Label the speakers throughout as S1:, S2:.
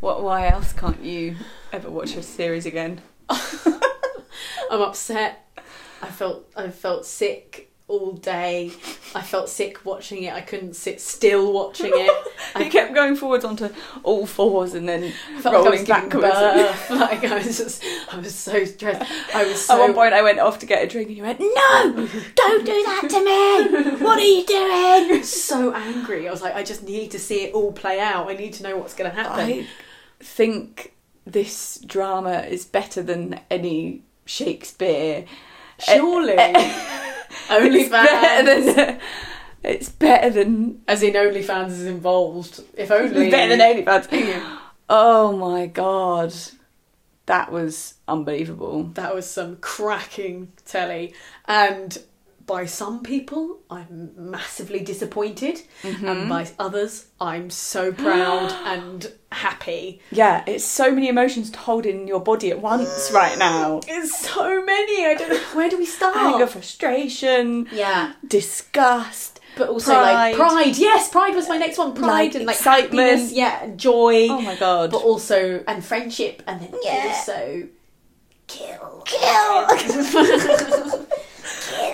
S1: why else can't you ever watch a series again?
S2: I'm upset. I felt I felt sick all day. I felt sick watching it. I couldn't sit still watching it.
S1: He kept going forwards onto all fours and then
S2: I felt
S1: Rolling
S2: like I was giving
S1: backwards.
S2: birth. Like I was just, I was so stressed. I was so
S1: at one point I went off to get a drink and you went, No! Don't do that to me! What are you doing?
S2: so angry. I was like, I just need to see it all play out. I need to know what's going to happen.
S1: I think this drama is better than any Shakespeare.
S2: Surely,
S1: It's better
S2: OnlyFans,
S1: than it's better than
S2: as in OnlyFans is involved. If only
S1: it's better than OnlyFans. Oh my god, that was unbelievable.
S2: That was some cracking telly, and by some people, I'm massively disappointed,
S1: Mm-hmm.
S2: and by others, I'm so proud and happy.
S1: Yeah, it's so many emotions told in your body at once right now.
S2: It's so many. I don't know where do we start.
S1: Anger, frustration,
S2: Yeah,
S1: disgust,
S2: but also like
S1: pride.
S2: pride. Yes, pride was my next one. Pride
S1: Like,
S2: and like
S1: excitement.
S2: happiness. Yeah, and joy.
S1: Oh my god.
S2: But also and friendship, and then
S1: Yeah.
S2: also kill.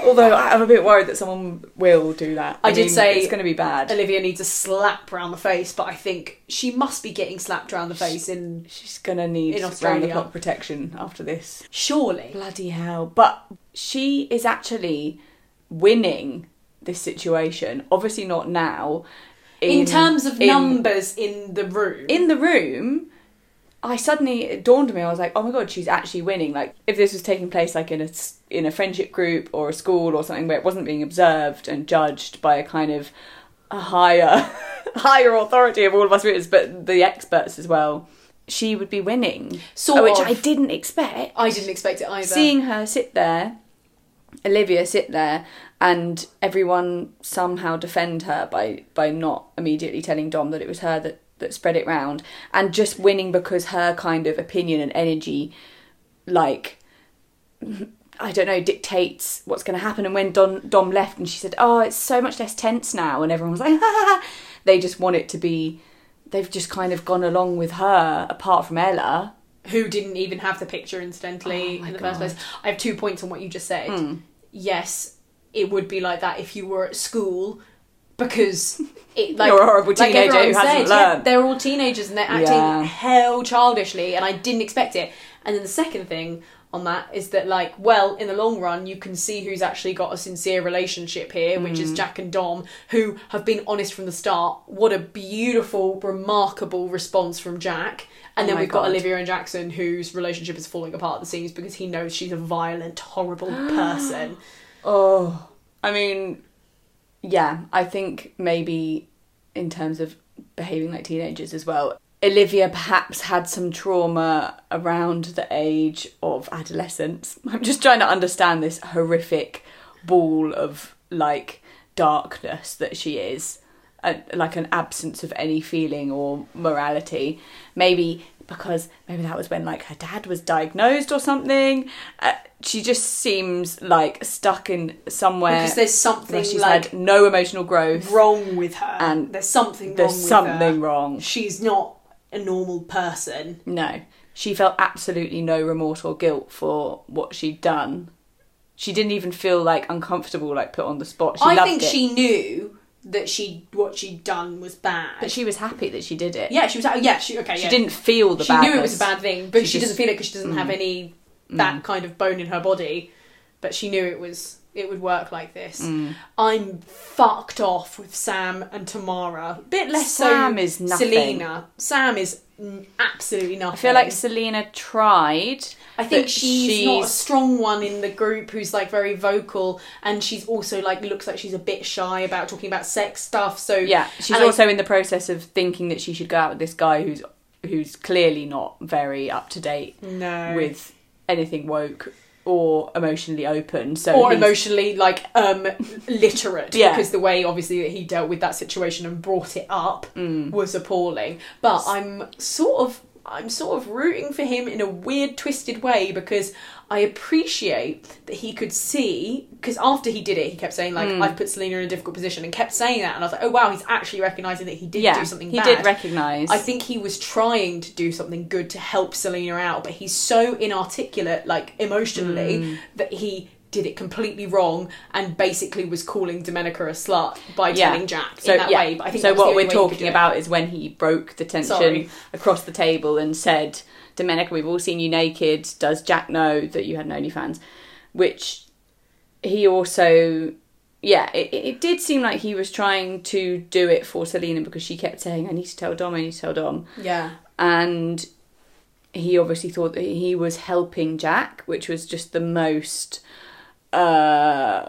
S1: Although I- I'm a bit worried that someone will do that.
S2: I did say-
S1: it's going to be bad.
S2: Olivia needs a slap round the face, but I think she must be getting slapped round the face in
S1: She's going to need round
S2: In
S1: the
S2: Australia.
S1: clock protection after this.
S2: surely.
S1: Bloody hell. But she is actually winning this situation. Obviously not now.
S2: in, terms of
S1: in-
S2: numbers in the room.
S1: in the room, I suddenly it dawned on me. I was like, "Oh my god, she's actually winning!" Like, if this was taking place like in a s- in a friendship group or a school or something where it wasn't being observed and judged by a kind of a higher higher authority of all of us readers, but the experts as well, she would be winning, Oh,
S2: Sort
S1: which
S2: of.
S1: I didn't expect.
S2: I didn't expect it either.
S1: Seeing her sit there, Olivia sit there, and everyone somehow defend her by by not immediately telling Dom that it was her that that spread it round, and just winning because her kind of opinion and energy, like. I don't know, dictates what's going to happen. And when Don, Dom left and she said, Oh, it's so much less tense now, and everyone was like, they just want it to be, they've just kind of gone along with her, apart from Ella.
S2: who didn't even have the picture incidentally
S1: Oh my
S2: in the first
S1: God. Hmm.
S2: place. I have two points on what you just said. Yes, it would be like that if you were at school because it like
S1: You're a horrible
S2: like
S1: teenager who
S2: everyone
S1: hasn't
S2: yeah,
S1: learned.
S2: they're all teenagers and they're acting
S1: Yeah.
S2: hell childishly and I didn't expect it. And then the second thing on that is that like well in the long run you can see who's actually got a sincere relationship here which
S1: Hmm.
S2: is Jack and Dom who have been honest from the start what a beautiful remarkable response from Jack and
S1: Oh
S2: then
S1: my
S2: we've
S1: God.
S2: got Olivia Vera and Jackson, whose relationship is falling apart at the seams because he knows she's a violent, horrible person.
S1: Oh, I mean, yeah, I think maybe in terms of behaving like teenagers as well, Olivia perhaps had some trauma around the age of adolescence. I'm just trying to understand this horrific ball of like darkness that she is. A, like an absence of any feeling or morality, maybe because maybe that was when like her dad was diagnosed or something. Uh, she just seems like stuck in somewhere
S2: Because there's
S1: where
S2: something
S1: she's
S2: like
S1: had no emotional growth.
S2: wrong with her,
S1: And
S2: there's something
S1: There's
S2: wrong
S1: something
S2: with her.
S1: wrong.
S2: She's not a normal person.
S1: No, she felt absolutely no remorse or guilt for what she'd done. She didn't even feel like uncomfortable, like put on the spot. She
S2: I
S1: loved
S2: think
S1: it.
S2: she knew that she what she'd done was bad.
S1: but she was happy that she did it.
S2: yeah, she was. Yeah, she okay.
S1: she
S2: yeah.
S1: didn't feel the
S2: She
S1: badness.
S2: knew it was a bad thing, but
S1: She just-
S2: she,
S1: Mm.
S2: doesn't feel it because she doesn't have any that kind of bone in her body. But she knew it was it would work like this.
S1: Mm.
S2: I'm fucked off with Sam and Tamara. Bit less
S1: Sam
S2: so
S1: is nothing.
S2: Selena. Sam is n- absolutely nothing.
S1: I feel like Selena tried.
S2: I think
S1: but
S2: she's, not a strong one in the group who's like very vocal, and she's also like looks like she's a bit shy about talking about sex stuff. So
S1: Yeah, she's
S2: and I-
S1: also in the process of thinking that she should go out with this guy who's who's clearly not very up to date
S2: no
S1: with anything woke or emotionally open. So
S2: or
S1: he's-
S2: emotionally like um literate
S1: Yeah.
S2: because the way obviously that he
S1: Mm.
S2: dealt with that situation and brought it up was appalling but i'm sort of I'm sort of rooting for him in a weird, twisted way because I appreciate that he could see. Because after he did it, he kept saying like,
S1: Mm.
S2: "I've put Selena in a difficult position," and kept saying that, and I was like, "Oh wow, he's actually recognizing that he did
S1: yeah,
S2: do something
S1: he
S2: bad."
S1: did recognise.
S2: I think he was trying to do something good to help Selena out, but he's so inarticulate, like emotionally,
S1: Mm.
S2: that he did it completely wrong and basically was calling Domenica a slut by
S1: Yeah.
S2: telling Jack
S1: so
S2: in that
S1: yeah.
S2: way. But I think
S1: so
S2: that was the
S1: what
S2: only
S1: we're
S2: way you could do
S1: talking
S2: it.
S1: about is when he broke the tension
S2: Sorry.
S1: across the table and said, "Domenica, we've all seen you naked. Does Jack know that you had an OnlyFans?" Which he also, yeah, it, it it did seem like he was trying to do it for Selena because she kept saying, "I need to tell Dom. I need to tell Dom."
S2: yeah,
S1: and he obviously thought that he was helping Jack, which was just the most uh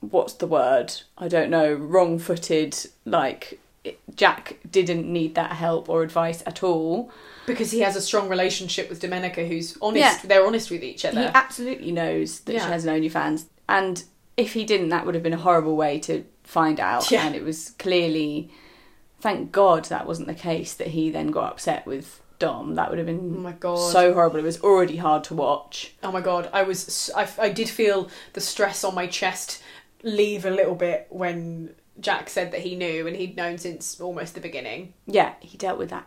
S1: what's the word? I don't know, wrong-footed like it- Jack didn't need that help or advice at all.
S2: because he has a strong relationship with Domenica, who's honest.
S1: Yeah.
S2: They're honest with each other.
S1: He absolutely knows that
S2: Yeah.
S1: she has an OnlyFans, and if he didn't, that would have been a horrible way to find out.
S2: Yeah.
S1: And it was clearly, thank God, that wasn't the case. That he then got upset with Dom. That would have been
S2: Oh my god!
S1: so horrible. It was already hard to watch.
S2: oh my god! I was s- I, I did feel the stress on my chest leave a little bit when Jack said that he knew and he'd known since almost the beginning.
S1: Yeah, he dealt with that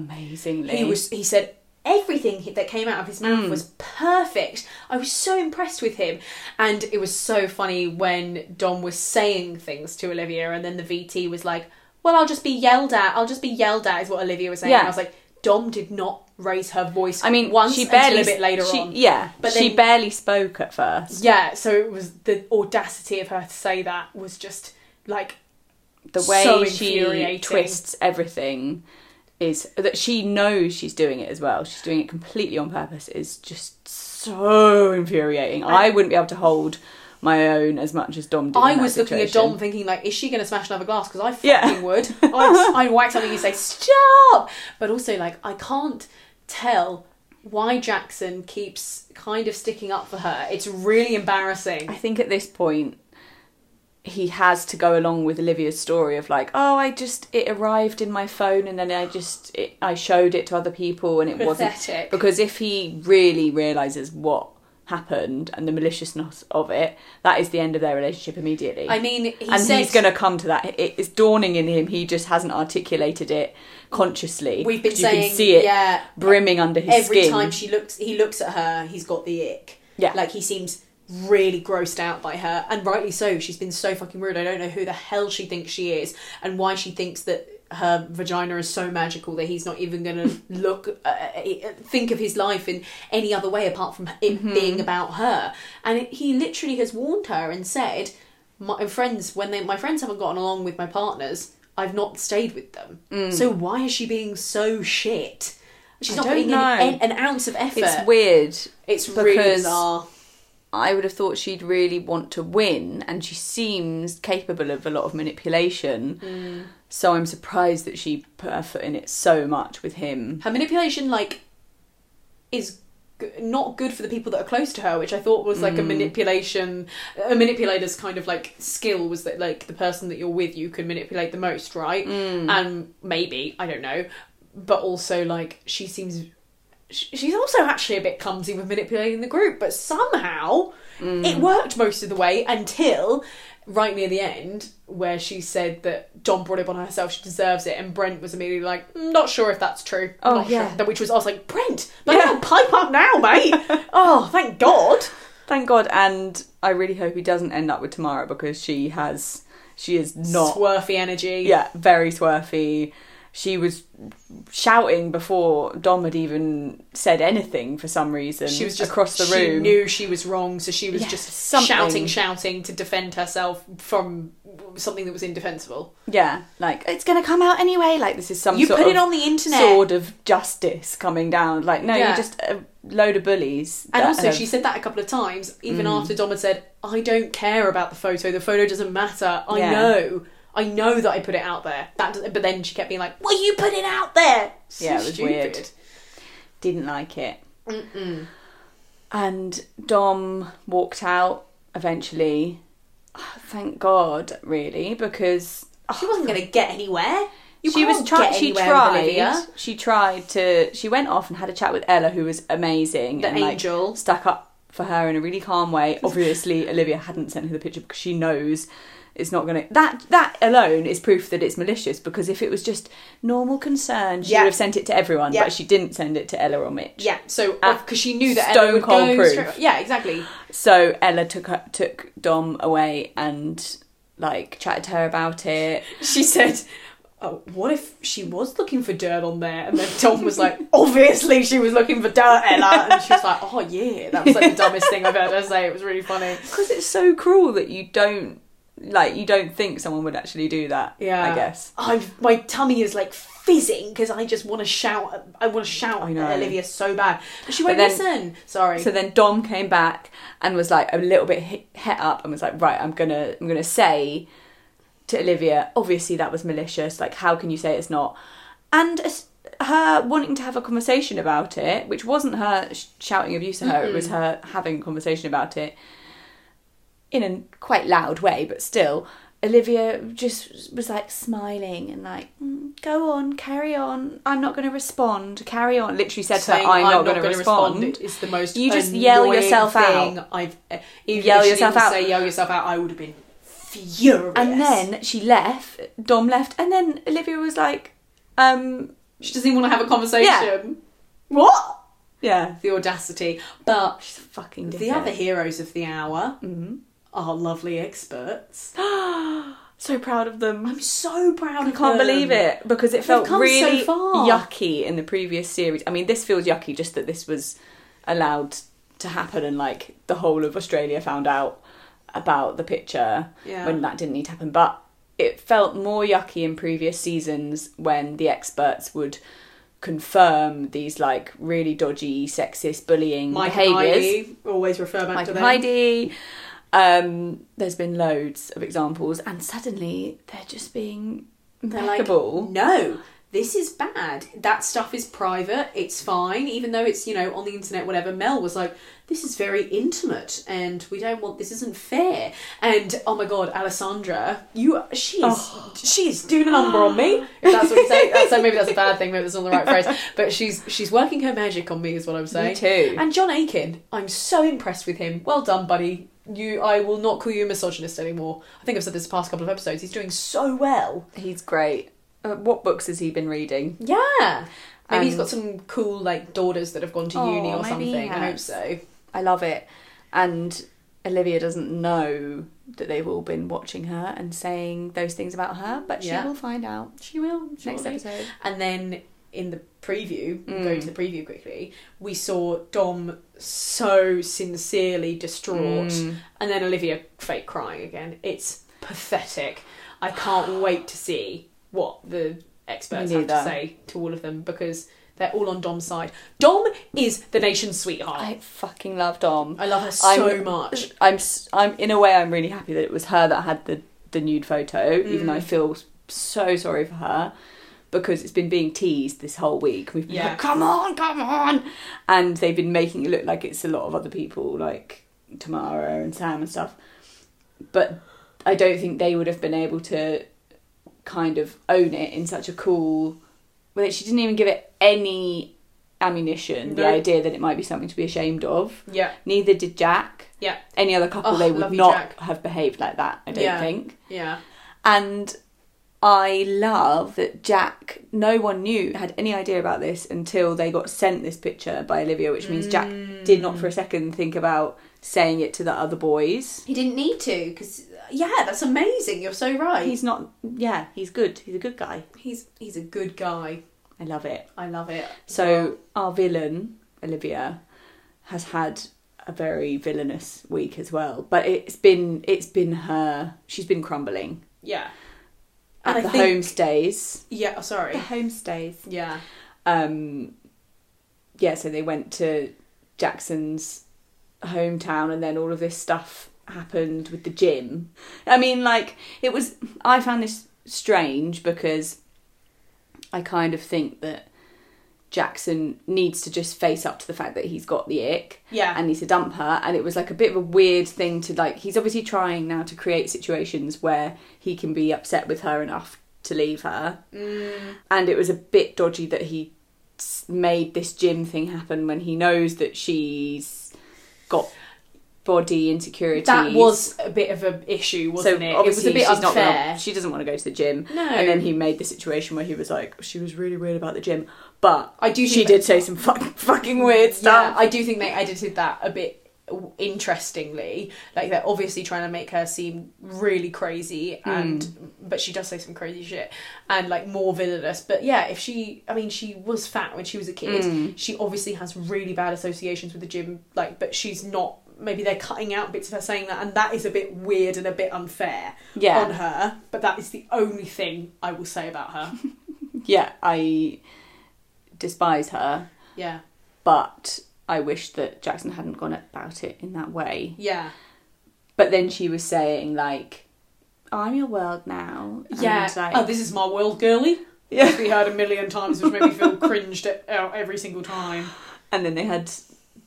S1: amazingly.
S2: He was. He said everything he- that came out of his mouth
S1: Mm.
S2: was perfect. I was so impressed with him, and it was so funny when Dom was saying things to Olivia, and then the VT was like, "Well, I'll just be yelled at. I'll just be yelled at," is what Olivia was saying.
S1: Yeah.
S2: And I was like, Dom did not raise her voice.
S1: I mean,
S2: once
S1: she barely
S2: until a bit later
S1: she-
S2: on.
S1: Yeah,
S2: But
S1: but she
S2: then-
S1: barely spoke at first.
S2: Yeah, so it was the audacity of her to say that was just like
S1: The way
S2: So
S1: she
S2: infuriating.
S1: twists everything is that she knows she's doing it as well. She's doing it completely on purpose. Is just so infuriating. I, wouldn't be able to hold my own as much as Dom did. in
S2: I
S1: that
S2: was looking at
S1: situation.
S2: Dom thinking like, is she going to smash another glass? Because I fucking
S1: Yeah.
S2: would. I'd, I'd whack something and say stop. But also like, I can't tell why Jackson keeps kind of sticking up for her. It's really
S1: I
S2: embarrassing.
S1: think at this point he has to go along with Olivia's story of like, oh, I just it arrived in my phone and then I just it, I showed it to other people and it wasn't
S2: Pathetic.
S1: because if he really realizes what happened and the maliciousness of it, that is the end of their relationship immediately.
S2: I mean, he
S1: and
S2: said
S1: he's going to come to that. It- It's dawning in him. He just hasn't articulated it consciously.
S2: we've been
S1: But
S2: saying
S1: you can see it
S2: yeah
S1: brimming under his
S2: every
S1: skin.
S2: time she looks he looks at her he's got the ick
S1: Yeah.
S2: like he seems really grossed out by her and rightly so she's been so fucking rude i don't know who the hell she thinks she is and why she thinks that her vagina is so magical that he's not even going to look uh, uh, think of his life in any other way apart from it
S1: Mm-hmm.
S2: being about her and it, he literally has warned her and said my friends when they my friends haven't gotten along with my partners i've not stayed with them
S1: Mm.
S2: so why is she being so shit she's
S1: I
S2: not
S1: don't
S2: putting in
S1: know.
S2: an, an ounce of effort
S1: it's weird
S2: it's really
S1: because-
S2: bizarre.
S1: I would have thought she'd really want to win, and she seems capable of a lot of manipulation.
S2: Mm.
S1: So I'm surprised that she put her foot in it so much with him.
S2: Her manipulation, like, is g- not good for the people that are close to her, which I thought was
S1: Mm.
S2: like a manipulation. A manipulator's kind of like skill was that like the person that you're with you can manipulate the most, right?
S1: Mm.
S2: And maybe I don't know, but also like she seems. sh- She's also actually a bit clumsy with manipulating the group, but somehow
S1: Mm.
S2: it worked most of the way until right near the end where she said that Dom brought it on herself, she deserves it, and Brent was immediately like, "Mm, not sure if that's true.
S1: Oh,
S2: not sure.
S1: yeah.
S2: That- Which was, I was like, Brent, but pipe up now, mate. oh, thank God.
S1: Thank God, and I really hope he doesn't end up with Tamara because she has, she is not,
S2: Swerfy energy.
S1: yeah, very swerfy. She was shouting before Dom had even said anything for some reason.
S2: She was just
S1: across the
S2: she
S1: room.
S2: knew she was wrong, so she was
S1: Yeah,
S2: just
S1: something.
S2: shouting, shouting to defend herself from something that was indefensible.
S1: yeah, like it's gonna come out anyway. Like this is some
S2: you
S1: sort
S2: put
S1: of
S2: it on the internet.
S1: sword of justice coming down. Like, no,
S2: Yeah.
S1: you're just a load of bullies.
S2: And
S1: that Mm.
S2: also,
S1: have-
S2: she said that a couple of times, even after Dom had said, I don't care about the photo, the photo doesn't matter, I
S1: Yeah.
S2: know. I know that I put it out there. That, doesn't- but then she kept being like, "Well, you put it out there." So
S1: Yeah, it was weird.
S2: stupid.
S1: didn't like it. And Dom walked out eventually. Thank God, really, because
S2: She wasn't going to get anywhere. You
S1: she was
S2: can't
S1: trying.
S2: get
S1: She
S2: anywhere with
S1: tried.
S2: Olivia.
S1: She tried to. She went off and had a chat with Ella, who was amazing.
S2: The
S1: and, like,
S2: angel.
S1: stuck up for her in a really calm way. Obviously, Olivia hadn't sent her the picture because she knows it's not going to. That that alone is proof that it's malicious. Because if it was just normal concern, she
S2: Yeah.
S1: would have sent it to everyone.
S2: Yeah.
S1: But she didn't send it to Ella or Mitch.
S2: Yeah, so
S1: Uh,
S2: because she knew that
S1: stone
S2: Ella would
S1: cold
S2: go
S1: proof.
S2: straight- Yeah, exactly.
S1: So Ella took her, took Dom away and like chatted to her about it.
S2: She said, "Oh, what if she was looking for dirt on there?" And then Tom was like, "Obviously, she was looking for dirt, Ella." And she was like, "Oh yeah, that was like the dumbest thing I've heard her say. It was really funny."
S1: Because it's so cruel that you don't like you don't think someone would actually do that.
S2: Yeah.
S1: I guess.
S2: i my tummy is like fizzing because I just want to shout. at- I want to shout
S1: I know.
S2: at Olivia so bad, but she
S1: But then-
S2: won't listen. Sorry.
S1: So then Dom came back and was like a little bit hit, het up and was like, right, I'm gonna I'm gonna say to Olivia, obviously that was malicious. Like, how can you say it's not? And as- her wanting to have a conversation about it, which wasn't her sh- shouting abuse at her, it was her having a conversation about it in a quite loud way, but still. Olivia just was like smiling and like, "Mm, go on, carry on. I'm not going to respond. Carry on. Literally said to her,
S2: Saying,
S1: I'm, not, going to
S2: gonna
S1: respond.
S2: It's the most
S1: You just yell
S2: annoying
S1: yourself
S2: thing
S1: out.
S2: I've e, even if
S1: Yell
S2: she
S1: yourself
S2: didn't
S1: out.
S2: Say yell yourself out. I would have been furious.
S1: And then she left, Dom left, and then Olivia was like, um,
S2: she doesn't even want to have a conversation. What?
S1: yeah,
S2: The audacity. But
S1: she's a fucking dickhead.
S2: the other heroes of the hour
S1: Mm-hmm.
S2: are lovely experts.
S1: so proud of them.
S2: I'm so proud.
S1: I can't believe it because it felt
S2: come so
S1: really
S2: far.
S1: yucky in the previous series. I mean, this feels yucky just that this was allowed to happen and like the whole of Australia found out about the picture
S2: Yeah.
S1: when that didn't need to happen. But it felt more yucky in previous seasons when the experts would confirm these like really dodgy sexist bullying
S2: Mike and
S1: behaviors.
S2: Heidi always refer back
S1: Mike
S2: to
S1: and
S2: them.
S1: Heidi. Um, there's been loads of examples, and suddenly they're just being
S2: They're like,
S1: impeccable.
S2: no, this is bad. That stuff is private. It's fine, even though it's you know on the internet, whatever. Mel was like, this is very intimate, and we don't want this. Isn't fair. And oh my god, Alessandra, you she's she's doing a number on me. If Oh. that's what you say. That's, so maybe that's a bad thing. Maybe that's not the right phrase. But she's she's working her magic on me, is what I'm saying.
S1: too.
S2: And John Aiken, I'm so impressed with him. Well done, buddy. You, I will not call you a misogynist anymore. I think I've said this the past couple of episodes. He's doing so well.
S1: He's great. Uh, what books has he been reading?
S2: Yeah. Maybe he's
S1: And-
S2: got some cool like daughters that have gone to
S1: Um, Oh,
S2: uni or
S1: maybe he
S2: something. I hope
S1: has.
S2: so.
S1: I love it. And Olivia doesn't know that they've all been watching her and saying those things about her, but
S2: Yeah.
S1: she will find out
S2: She will
S1: next episode.
S2: And then in the preview,
S1: Mm.
S2: going to the preview quickly, we saw Dom so sincerely distraught,
S1: Mm.
S2: and then Olivia fake crying again. It's pathetic. I can't wait to see what the experts
S1: Me
S2: have to
S1: neither.
S2: say to all of them because they're all on Dom's side. Dom is the nation's sweetheart. I,
S1: I fucking love Dom.
S2: love her so
S1: I'm-
S2: much.
S1: I'm s- I'm in a way I'm really happy that it was her that had the the nude photo, even
S2: Mm.
S1: though I feel so sorry for her because it's been being teased this whole week. We've been
S2: Yeah.
S1: like, come on, come on, and they've been making it look like it's a lot of other people like Tamara and Sam and stuff, but I don't think they would have been able to kind of own it in such a cool. Well, she didn't even give it any ammunition. The
S2: No.
S1: idea that it might be something to be ashamed of.
S2: Yeah,
S1: Neither did Jack
S2: yeah,
S1: any other couple
S2: Oh,
S1: they would
S2: lovely
S1: not
S2: Jack.
S1: have behaved like that i don't
S2: Yeah.
S1: think
S2: yeah.
S1: and i love that jack no one knew had any idea about this until they got sent this picture by olivia which means jack
S2: Mm.
S1: did not for a second think about saying it to the other boys
S2: He didn't need to, because yeah, that's amazing. You're so right. He's
S1: he's not yeah he's good he's a good guy
S2: he's he's a good guy.
S1: i love it
S2: I love it.
S1: so our villain olivia has had a very villainous week as well but it's been it's been her she's been crumbling
S2: yeah,
S1: at
S2: And I
S1: the
S2: think-
S1: homestays
S2: yeah. Oh, sorry.
S1: the homestays.
S2: Yeah,
S1: Um, yeah, so they went to Jackson's hometown, and then all of this stuff happened with the gym. I mean, like it was. I found this strange because I kind of think that Jackson needs to just face up to the fact that he's got the ick
S2: yeah.
S1: and needs to dump her and it was like a bit of a weird thing to like he's obviously trying now to create situations where he can be upset with her enough to leave her.
S2: Mm.
S1: And it was a bit dodgy that he s- made this gym thing happen when he knows that she's got body insecurities.
S2: That was a bit of an issue,
S1: so
S2: wasn't it? It was
S1: obviously
S2: a bit
S1: she's not gonna-
S2: unfair.
S1: she doesn't want to go to the gym.
S2: No.
S1: And then he made the situation where he was like, she was really weird about the gym, but
S2: I do.
S1: she
S2: think
S1: did say some fuck, fucking weird
S2: Yeah,
S1: stuff.
S2: I do think they edited that a bit w- interestingly. Like they're obviously trying to make her seem really crazy, and but she does say some crazy shit and like more villainous. But yeah, if she, I mean, she was fat when she was a kid. She obviously has really bad associations with the gym. Like, but she's not. Maybe they're cutting out bits of her saying that, and that is a bit weird and a bit unfair
S1: Yeah.
S2: on her. But that is the only thing I will say about her.
S1: yeah, I despise her,
S2: Yeah,
S1: but I wish that Jackson hadn't gone about it in that way.
S2: yeah.
S1: But then she was saying like, "I'm your world now." and,
S2: Yeah.
S1: like-
S2: oh, this is my world, girly.
S1: yeah.
S2: Which we heard a million times, which made me feel cringed at- out every single time.
S1: And then they had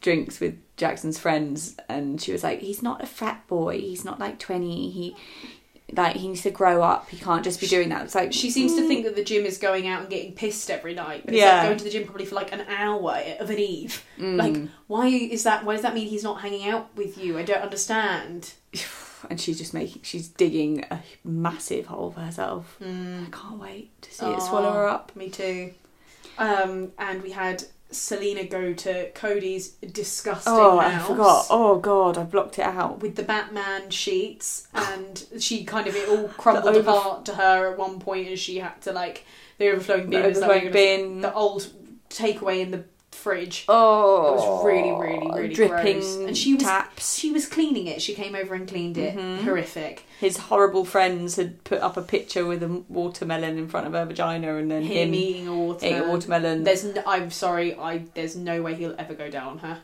S1: drinks with Jackson's friends, and she was like, "He's not a frat boy. He's not like twenty. He like he needs to grow up. He can't just be doing that." It's like mm,
S2: She seems to think that the gym is going out and getting pissed every night. But It's
S1: Yeah.
S2: like going to the gym probably for like an hour of an eve.
S1: mm.
S2: Like, why is that? Why does that mean he's not hanging out with you? I don't understand.
S1: and she's just making she's digging a massive hole for herself.
S2: Hmm.
S1: I can't wait to see it swallow her
S2: Aw,
S1: up.
S2: Me too. Um, and we had Selena go to Cody's disgusting
S1: Oh, I
S2: house.
S1: forgot. Oh god, I blocked it out.
S2: with the Batman sheets, and she kind of it all crumbled
S1: The over-
S2: apart to her at one point, and she had to like the overflowing bin,
S1: The
S2: is that what
S1: overflowing
S2: you're gonna-
S1: bin.
S2: the old takeaway in the fridge.
S1: Oh,
S2: It was really, really, really
S1: dripping
S2: gross. And she was
S1: taps.
S2: she was cleaning it. She came over and cleaned it.
S1: Mm-hmm.
S2: Horrific.
S1: His horrible friends had put up a picture with a watermelon in front of her vagina, and then
S2: Him
S1: him,
S2: eating a
S1: ate a
S2: watermelon.
S1: watermelon.
S2: There's no, I'm sorry. I there's no way he'll ever go down on her.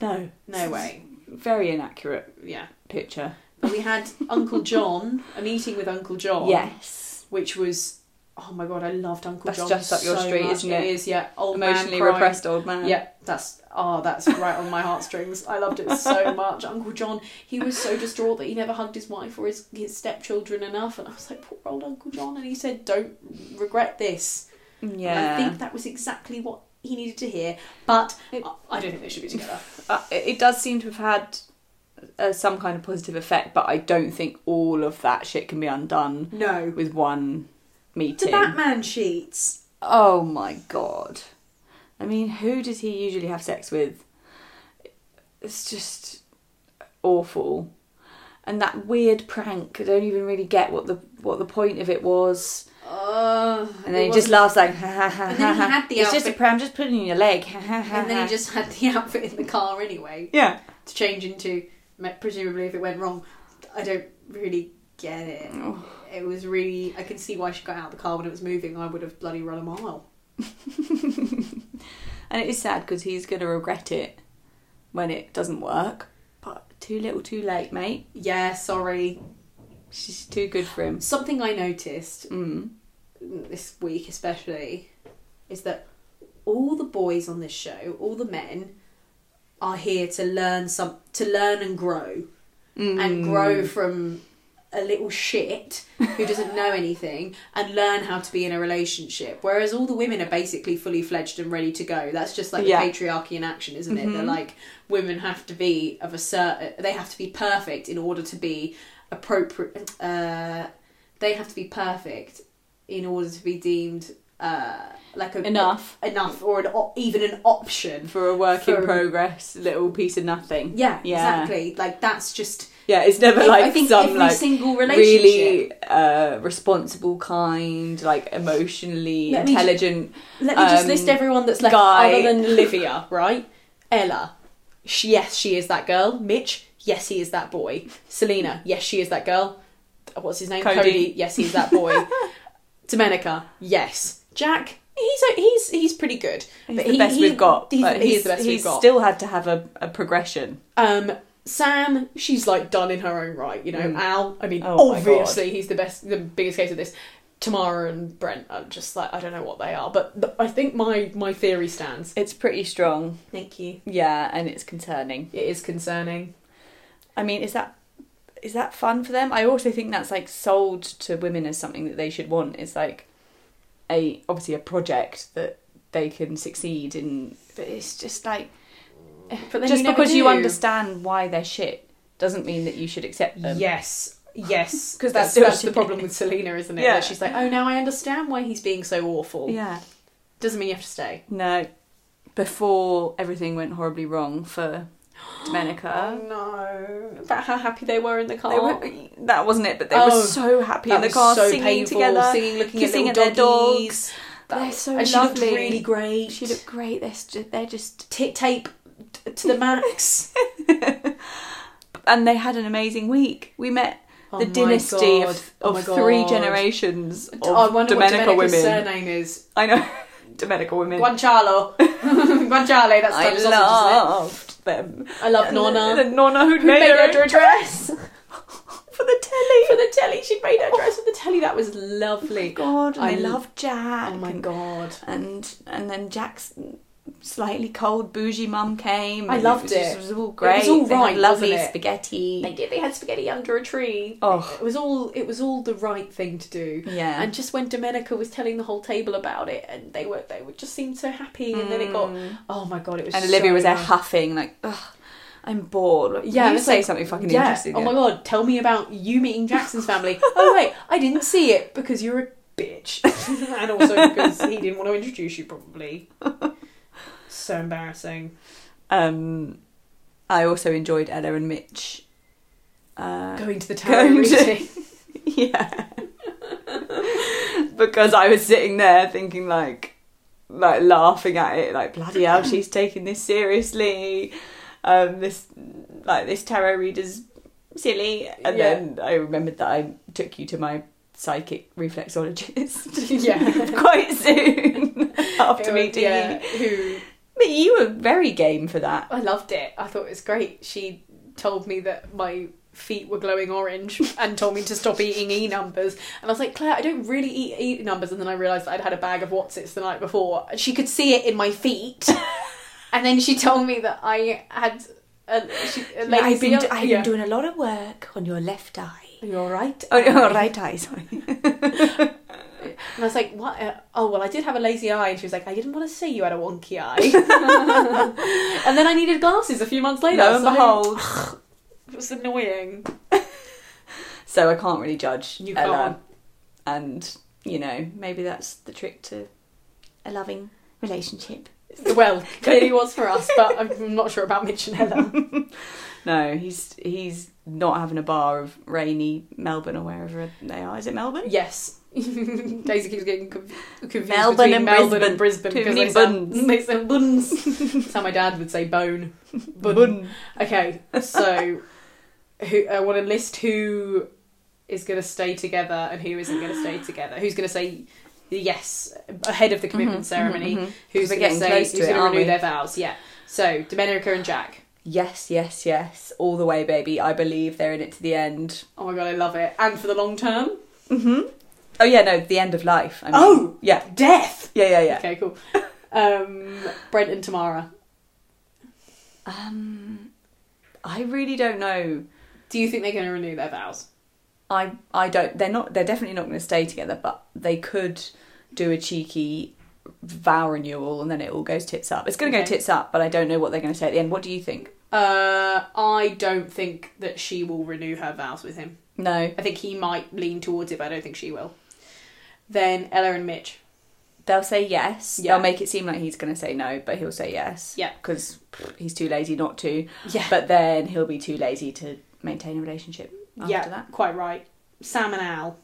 S1: no,
S2: No way.
S1: very inaccurate
S2: Yeah.
S1: picture.
S2: But we had Uncle John. a meeting with Uncle John.
S1: Yes,
S2: which was oh my god, I loved Uncle
S1: That's
S2: John.
S1: just up your
S2: so
S1: street,
S2: much.
S1: isn't it?
S2: It is, yeah. Old man
S1: emotionally
S2: crying.
S1: repressed old man.
S2: Yeah, that's oh, that's right on my heartstrings. I loved it so much. Uncle John, he was so distraught that he never hugged his wife or his his stepchildren enough, and I was like, poor old Uncle John, and he said, don't regret this. And
S1: yeah.
S2: I think that was exactly what he needed to hear, but
S1: It-
S2: I- I don't think they should be together.
S1: uh, it it does seem to have had uh, some kind of positive effect, but I don't think all of that shit can be undone
S2: No.
S1: with one
S2: To
S1: meeting.
S2: Batman sheets.
S1: Oh my god. I mean, who does he usually have sex with? It's just awful. And that weird prank, I don't even really get what the what the point of it was.
S2: Oh,
S1: And then he just laughs like ha ha ha.
S2: And then he
S1: ha, ha.
S2: had the
S1: It's just a
S2: outfit-
S1: prank, I'm just putting in your leg. Ha ha ha.
S2: And then
S1: ha.
S2: he just had the outfit in the car anyway.
S1: Yeah.
S2: to change into me- presumably if it went wrong i don't really get it it was really i can see why she got out of the car when it was moving i would have bloody run a mile
S1: And it is sad because he's going to regret it when it doesn't work. But too little, too late, mate.
S2: yeah sorry
S1: She's too good for him.
S2: something i noticed
S1: Mm.
S2: this week especially is that all the boys on this show all the men are here to learn some to learn and grow and grow
S1: Hmm.
S2: from a little shit who doesn't know anything and learn how to be in a relationship. Whereas all the women are basically fully fledged and ready to go. That's just like
S1: Yeah. Mm-hmm.
S2: the patriarchy in action, isn't it? They're like women have to be of a certain, they have to be perfect in order to be appropriate. Uh, they have to be perfect in order to be deemed uh, like a
S1: Mm. Enough.
S2: enough or an op- even an option.
S1: For a work in
S2: For-
S1: progress, little piece of nothing.
S2: Yeah,
S1: Yeah.
S2: exactly. Like that's just.
S1: Yeah, it's never
S2: I-
S1: like
S2: I think
S1: some
S2: every
S1: like
S2: single relationship.
S1: really uh, responsible kind, like emotionally
S2: Let me ju-
S1: intelligent.
S2: Let me just
S1: um,
S2: list everyone that's left
S1: guy.
S2: other than Olivia, right? Ella. She, yes, she is that girl. Mitch. Yes, he is that boy. Selena. Yes, she is that girl. What's his name?
S1: Cody.
S2: Yes, he's that boy. Domenica. Yes. Jack. He's a, he's he's pretty good.
S1: He's the best we've got.
S2: He's,
S1: but
S2: he
S1: he's,
S2: is the best
S1: he's
S2: we've got.
S1: still had to have a, a progression.
S2: Um, Sam, she's like done in her own right, you know. Al, I mean,
S1: Oh my
S2: obviously he's the best, the biggest case of this. Tamara and Brent are just like I don't know what they are, but th- I think my my theory stands.
S1: It's pretty strong.
S2: Thank you.
S1: Yeah, and it's concerning.
S2: It is concerning.
S1: I mean, is that is that fun for them? I also think that's like sold to women as something that they should want. It's like a obviously a project that they can succeed in, but it's just like
S2: But then
S1: just
S2: never
S1: because you
S2: do.
S1: understand why they're shit doesn't mean that you should accept them.
S2: Yes. Yes,
S1: 'Cause
S2: because
S1: that's
S2: that's
S1: still
S2: that's the
S1: shit.
S2: problem with Selena, isn't it?
S1: Yeah.
S2: That she's like, oh, now I understand why he's being so awful.
S1: Yeah.
S2: Doesn't mean you have to stay.
S1: No. Before everything went horribly wrong for Domenica.
S2: Oh, no! About how happy they were in the car.
S1: They were, that wasn't it, but they
S2: Oh,
S1: were so happy
S2: that
S1: in the
S2: was
S1: car
S2: so
S1: singing
S2: painful,
S1: together,
S2: singing, looking
S1: kissing
S2: at, little
S1: at their
S2: doggies. That-
S1: They're so
S2: and she
S1: lovely.
S2: looked really great.
S1: She looked great. They're, st- they're just
S2: tit tape t- to the max.
S1: and they had an amazing week. We met
S2: Oh
S1: the
S2: my
S1: dynasty
S2: God.
S1: of,
S2: Oh
S1: of
S2: my
S1: three
S2: God. Oh,
S1: generations of
S2: I wonder
S1: Domenica
S2: what Domenica's
S1: women.
S2: surname is.
S1: I know Domenica women.
S2: Guanciale. Guanciale, that's
S1: I
S2: type of sausage, isn't
S1: loved them.
S2: it? I love Nonna.
S1: The Nonna who
S2: Who made her
S1: dress
S2: dress.
S1: for the telly.
S2: for the telly. She made her dress for the telly. That was lovely.
S1: Oh God, and I
S2: I-
S1: love Jack.
S2: Oh my
S1: and-
S2: god.
S1: and and then Jack's slightly cold bougie mum came.
S2: I
S1: and
S2: loved
S1: was just- It
S2: it.
S1: was all
S2: was
S1: great.
S2: all
S1: They had
S2: right,
S1: lovely
S2: wasn't it?
S1: spaghetti.
S2: They did. They had spaghetti under a tree.
S1: oh
S2: It was all. It was all the right thing to do.
S1: yeah,
S2: And just when Domenica was telling the whole table about it, and they were they were just seemed so happy, and then it got.
S1: Mm.
S2: Oh my god! It was.
S1: and Olivia
S2: so
S1: was there
S2: good.
S1: huffing like, Ugh, I'm bored. Like,
S2: Yeah,
S1: you
S2: it's
S1: say
S2: like-
S1: something fucking
S2: yeah.
S1: interesting.
S2: Oh my god! Tell me about you meeting Jackson's family. oh wait, I didn't see it because you're a bitch, and also because he didn't want to introduce you probably. So embarrassing.
S1: Um, I also enjoyed Ella and Mitch. Uh,
S2: Going to the tarot
S1: Going to-
S2: reading.
S1: yeah, because I was sitting there thinking like, like laughing at it, like bloody hell, she's taking this seriously. Um, this like this tarot reader's silly, and
S2: Yeah.
S1: then I remembered that I took you to my psychic reflexologist.
S2: Yeah.
S1: quite soon after
S2: Who-
S1: meeting
S2: yeah,
S1: you.
S2: who
S1: But you were very game for that.
S2: I loved it. I thought it was great. She told me that my feet were glowing orange and told me to stop eating E numbers. And I was like, Claire, I don't really eat E numbers. And then I realised that I'd had a bag of Watsits the night before. She could see it in my feet. and then she told me that I had a, she, a lady.
S1: I've been,
S2: the-
S1: I've
S2: yeah.
S1: been doing a lot of work on your left eye.
S2: You're right.
S1: Oh, no, right eye, sorry.
S2: And I was like, what? Uh, oh, well, I did have a lazy eye. And she was like, I didn't want to say you had a wonky eye. and then I needed glasses a few months later.
S1: Lo and
S2: Oh, so
S1: behold.
S2: It was annoying.
S1: So I can't really judge
S2: You
S1: Ella.
S2: can't.
S1: And, you know, maybe that's the trick to a loving relationship.
S2: Well, clearly was for us, but I'm not sure about Mitch and Ella.
S1: No, he's he's not having a bar of rainy Melbourne or wherever they are. Is it Melbourne?
S2: Yes. Daisy keeps getting conf- confused
S1: Melbourne
S2: between
S1: and
S2: Melbourne and Brisbane.
S1: Too
S2: because
S1: many
S2: they sound-
S1: buns.
S2: They sound buns. That's how my dad would say bone. Bun.
S1: Bun.
S2: Okay, so who I want to list who is going to stay together and who isn't going to stay together. Who's going to say yes ahead of the commitment
S1: Mhm,
S2: ceremony?
S1: mhm, mhm.
S2: Who's
S1: We're
S2: going
S1: getting
S2: to say
S1: close
S2: who's
S1: to
S2: going
S1: it,
S2: to
S1: aren't
S2: renew
S1: we?
S2: their vows? Yeah. So Domenica and Jack.
S1: Yes, yes, yes. All the way, baby. I believe they're in it to the end.
S2: Oh my god, I love it. And for the long term,
S1: Mm-hmm. Oh, yeah, no, the end of life. I mean,
S2: Oh!
S1: Yeah,
S2: death.
S1: yeah, yeah, yeah.
S2: Okay, cool. Um, Brent and Tamara.
S1: Um, I really don't know.
S2: Do you think they're going to renew their vows?
S1: I I don't. They're not. They're definitely not going to stay together. But they could do a cheeky vow renewal, and then it all goes tits up. It's going to go
S2: Okay.
S1: tits up, but I don't know what they're going to say at the end. What do you think?
S2: Uh, I don't think that she will renew her vows with him.
S1: No,
S2: I think he might lean towards it, but I don't think she will. Then Ella and Mitch.
S1: they'll say yes.
S2: Yeah.
S1: They'll make it seem like he's going to say no, but he'll say yes.
S2: Yeah.
S1: because he's too lazy not to.
S2: Yeah,
S1: But then he'll be too lazy to maintain a relationship after
S2: yeah,
S1: that.
S2: quite right. Sam and Al.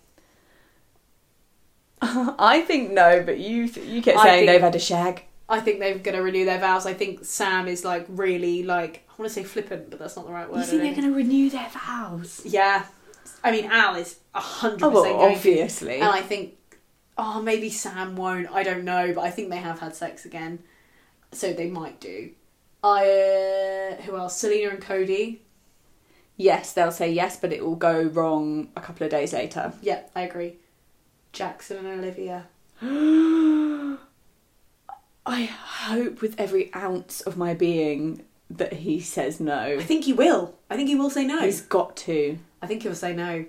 S1: I think no, but you th- you kept
S2: I
S1: saying
S2: think-
S1: they've had a shag.
S2: I think they're going to renew their vows. I think Sam is like really like I want to say flippant, but that's not the right word. I don't think.
S1: going to renew their vows?
S2: Yeah, I mean Al is hundred
S1: Oh,
S2: percent
S1: well,
S2: going to.
S1: obviously.
S2: And I think, oh, maybe Sam won't. I don't know, but I think they have had sex again, so they might do. I uh, who else? Selena and Cody.
S1: Yes, they'll say yes, but it will go wrong a couple of days later.
S2: Yeah, I agree. Jackson and Olivia.
S1: I hope with every ounce of my being that he says no.
S2: I think he will. I think he will say no.
S1: He's got to.
S2: I think he'll say no.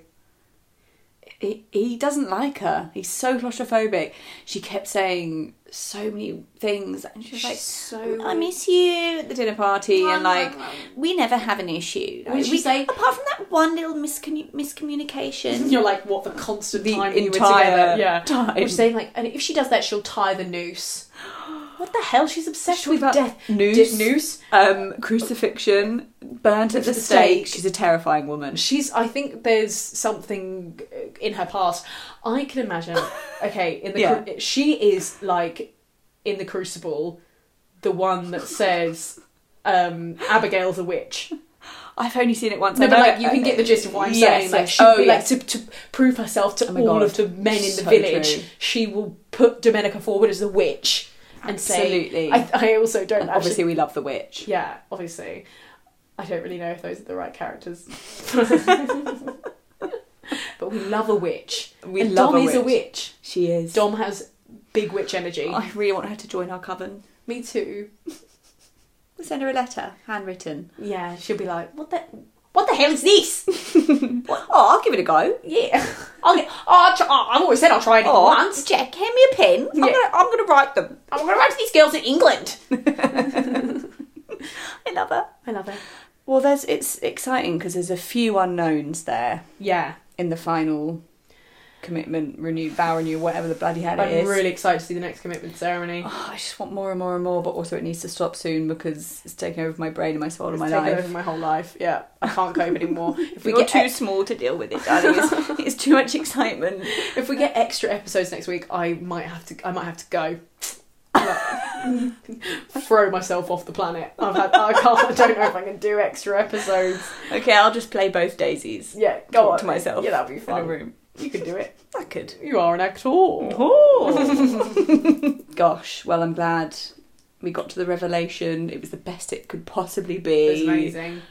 S1: He, he doesn't like her. He's so claustrophobic. She kept saying so many things, and she was like,
S2: She's so-
S1: I miss you at the dinner party," and like, "We never have an issue."
S2: Would
S1: Like,
S2: you
S1: we,
S2: say-
S1: apart from that one little miscommu- miscommunication,
S2: You're like, what the constant
S1: the
S2: time we were
S1: entire
S2: together? Yeah.
S1: time.
S2: Which saying like, and if she does that, she'll tie the noose. What the hell? She's obsessed
S1: She's
S2: with
S1: about
S2: death.
S1: noose.
S2: Di- noose.
S1: um, crucifixion, burnt at
S2: It's
S1: the
S2: the
S1: stake.
S2: stake.
S1: She's a terrifying woman.
S2: She's. I think there's something in her past. I can imagine. Okay, in the
S1: Yeah.
S2: cru- she is like in the Crucible, the one that says um, Abigail's a witch.
S1: I've only seen it once.
S2: No,
S1: I
S2: but
S1: know-
S2: like you can get the gist of what I'm
S1: Yes,
S2: saying. Like
S1: yes.
S2: she,
S1: Oh,
S2: like
S1: yes.
S2: to, to prove herself to
S1: Oh my
S2: all
S1: God.
S2: of the men in the
S1: So
S2: village,
S1: true.
S2: she will put Domenica forward as the witch and
S1: Absolutely.
S2: say. I, I also don't
S1: And
S2: actually.
S1: obviously, we love the witch.
S2: yeah, obviously. I don't really know if those are the right characters, but we love a witch.
S1: We
S2: and
S1: love
S2: Dom
S1: a
S2: is a
S1: witch.
S2: witch.
S1: She is.
S2: Dom has big witch energy.
S1: I really want her to join our coven.
S2: Me too.
S1: We'll send her a letter, handwritten.
S2: Yeah, she'll be like, what the. What the hell is this?
S1: Oh, I'll give it a go.
S2: Yeah, I'll get, oh, I'll try, oh, I've always said I'll try it
S1: Oh,
S2: once.
S1: Jack, hand me a pen. I'm,
S2: Yeah.
S1: gonna, I'm gonna write them.
S2: I'm going to write to these girls in England.
S1: I love her.
S2: I love it.
S1: Well, there's it's exciting because there's a few unknowns there
S2: Yeah,
S1: in the final commitment, renew, vow renew, whatever the bloody hell it
S2: I'm
S1: is.
S2: really excited to see the next commitment ceremony.
S1: Oh, I just want more and more and more, but also it needs to stop soon because it's taking over my brain and my soul and
S2: It's
S1: my
S2: taken
S1: life.
S2: over my whole life. Yeah, I can't cope anymore. If we
S1: You're
S2: get
S1: too small to deal with it, darling. It's, it's too much excitement.
S2: if we get extra episodes next week, I might have to. I might have to go. Like, throw myself off the planet. I've had, I can't. I don't know if I can do extra episodes.
S1: Okay, I'll just play both daisies
S2: Yeah, go
S1: Talk
S2: on
S1: to myself
S2: Yeah, that'd be
S1: in a
S2: fun.
S1: room.
S2: You can do it.
S1: I could.
S2: You are an actor.
S1: Oh. Gosh, well, I'm glad we got to the revelation. It was the best it could possibly be.
S2: It's amazing.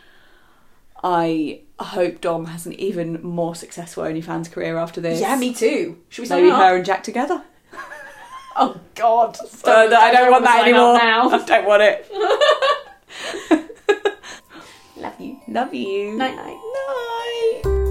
S1: I hope Dom has an even more successful OnlyFans career after this.
S2: Yeah, me too. Should we sign
S1: Maybe
S2: up?
S1: her and Jack together.
S2: Oh God!
S1: Uh, no, I don't want that
S2: sign up
S1: anymore.
S2: Now.
S1: I don't want it. Love you. Love you.
S2: Night, night.
S1: Night.